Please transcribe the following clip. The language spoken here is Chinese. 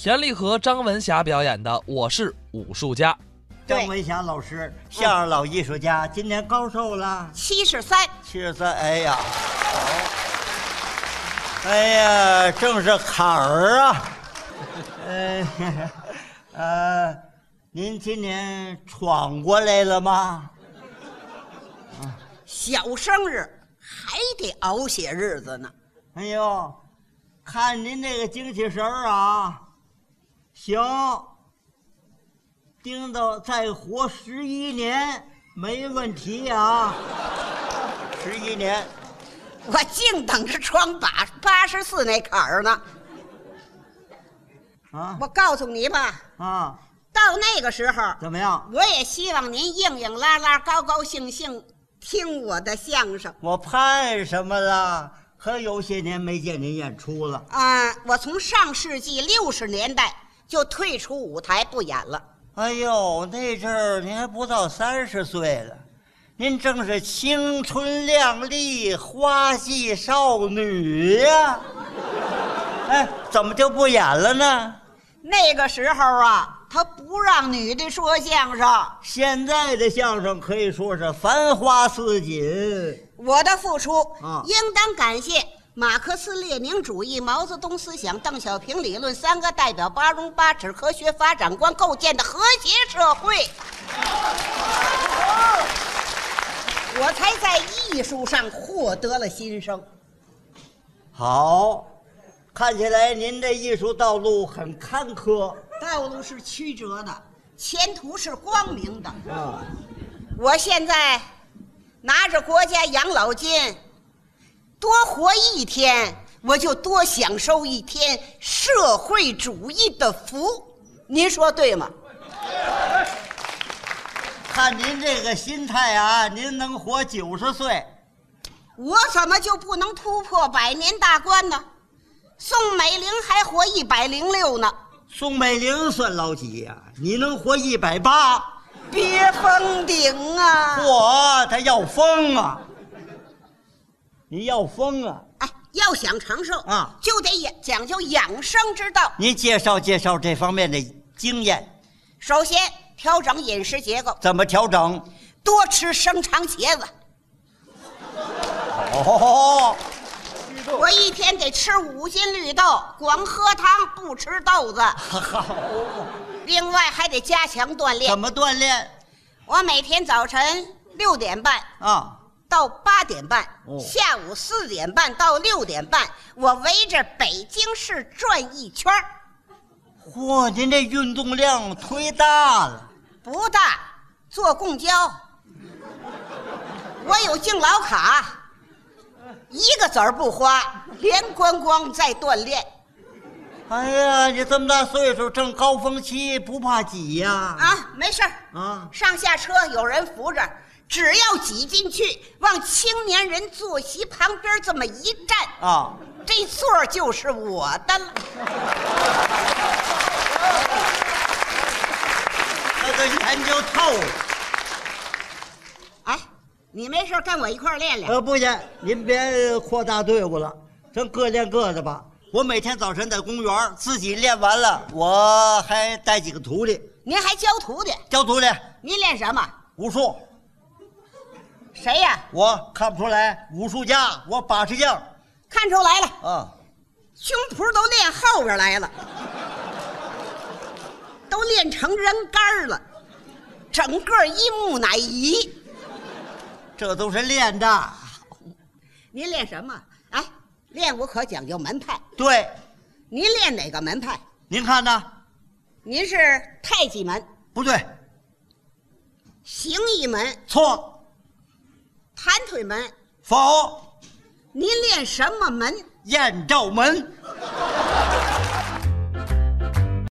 田立和、张文霞表演的《我是武术家》。张文霞老师，相声老艺术家，今年高寿了？七十三，七十三。哎呀，哎呀，正是坎儿啊。呃， 呃，您今年闯过来了吗？小生日还得熬些日子呢。哎呦，看您这个精气神儿啊，行，丁到再活十一年没问题啊，十一年，我净等着穿八八十四那坎儿呢。啊我告诉你吧，啊，到那个时候，怎么样？我也希望您硬硬拉拉、高高兴兴听我的相声我盼什么了？可有些年没见您演出了，啊！我从上世纪六十年代就退出舞台不演了，哎呦，那阵儿您还不到三十岁了，您正是青春靓丽、花季少女呀、哎，怎么就不演了呢？那个时候啊，他不让女的说相声。现在的相声可以说是繁花似锦，我的付出啊应当感谢马克思列宁主义、毛泽东思想、邓小平理论三个代表八荣八耻科学发展观构建的和谐社会。我才在艺术上获得了新生。好，看起来您这艺术道路很坎坷。道路是曲折的，前途是光明的。啊，我现在拿着国家养老金，多活一天，我就多享受一天社会主义的福。您说对吗？看您这个心态啊，您能活九十岁。我怎么就不能突破百年大关呢？宋美龄还活一百零六呢，宋美龄算老几呀、你能活一百八，别封顶啊！嚯，她要疯啊！你要疯啊！哎，要想长寿啊就得养讲究养生之道。您介绍介绍这方面的经验，首先调整饮食结构，怎么调整？多吃生长茄子。哦，我一天得吃五斤绿豆，光喝汤不吃豆子。另外还得加强锻怎炼。么锻炼我每天早晨六点半啊？到八点半，哦下午四点半到六点半，我围着北京市转一圈儿嚯，您这运动量忒大了。不大，坐公交。我有敬老卡，一个子儿不花，连观光再锻炼。哎呀，你这么大岁数，正高峰期，不怕挤呀、啊，没事儿啊上下车有人扶着，只要挤进去，往青年人坐席旁边这么一站，啊这座儿就是我的了。那都研究透了。哎，你没事儿跟我一块儿练练。呃，不行，您别扩大队伍了，咱各练各的吧。我每天早晨在公园儿自己练完了，我还带几个徒弟，您还教徒弟？教徒弟您练什么？武术。谁呀、我看不出来，武术家，我把式匠看出来了，啊。胸脯都练后边来了， 都练成人干儿了，整个一木乃伊。这都是练的。您练什么？哎，练武可讲究门派，对，您练哪个门派？您看呢？您是太极门、不对，形意门、错，弹腿门，否，您练什么门？燕赵门。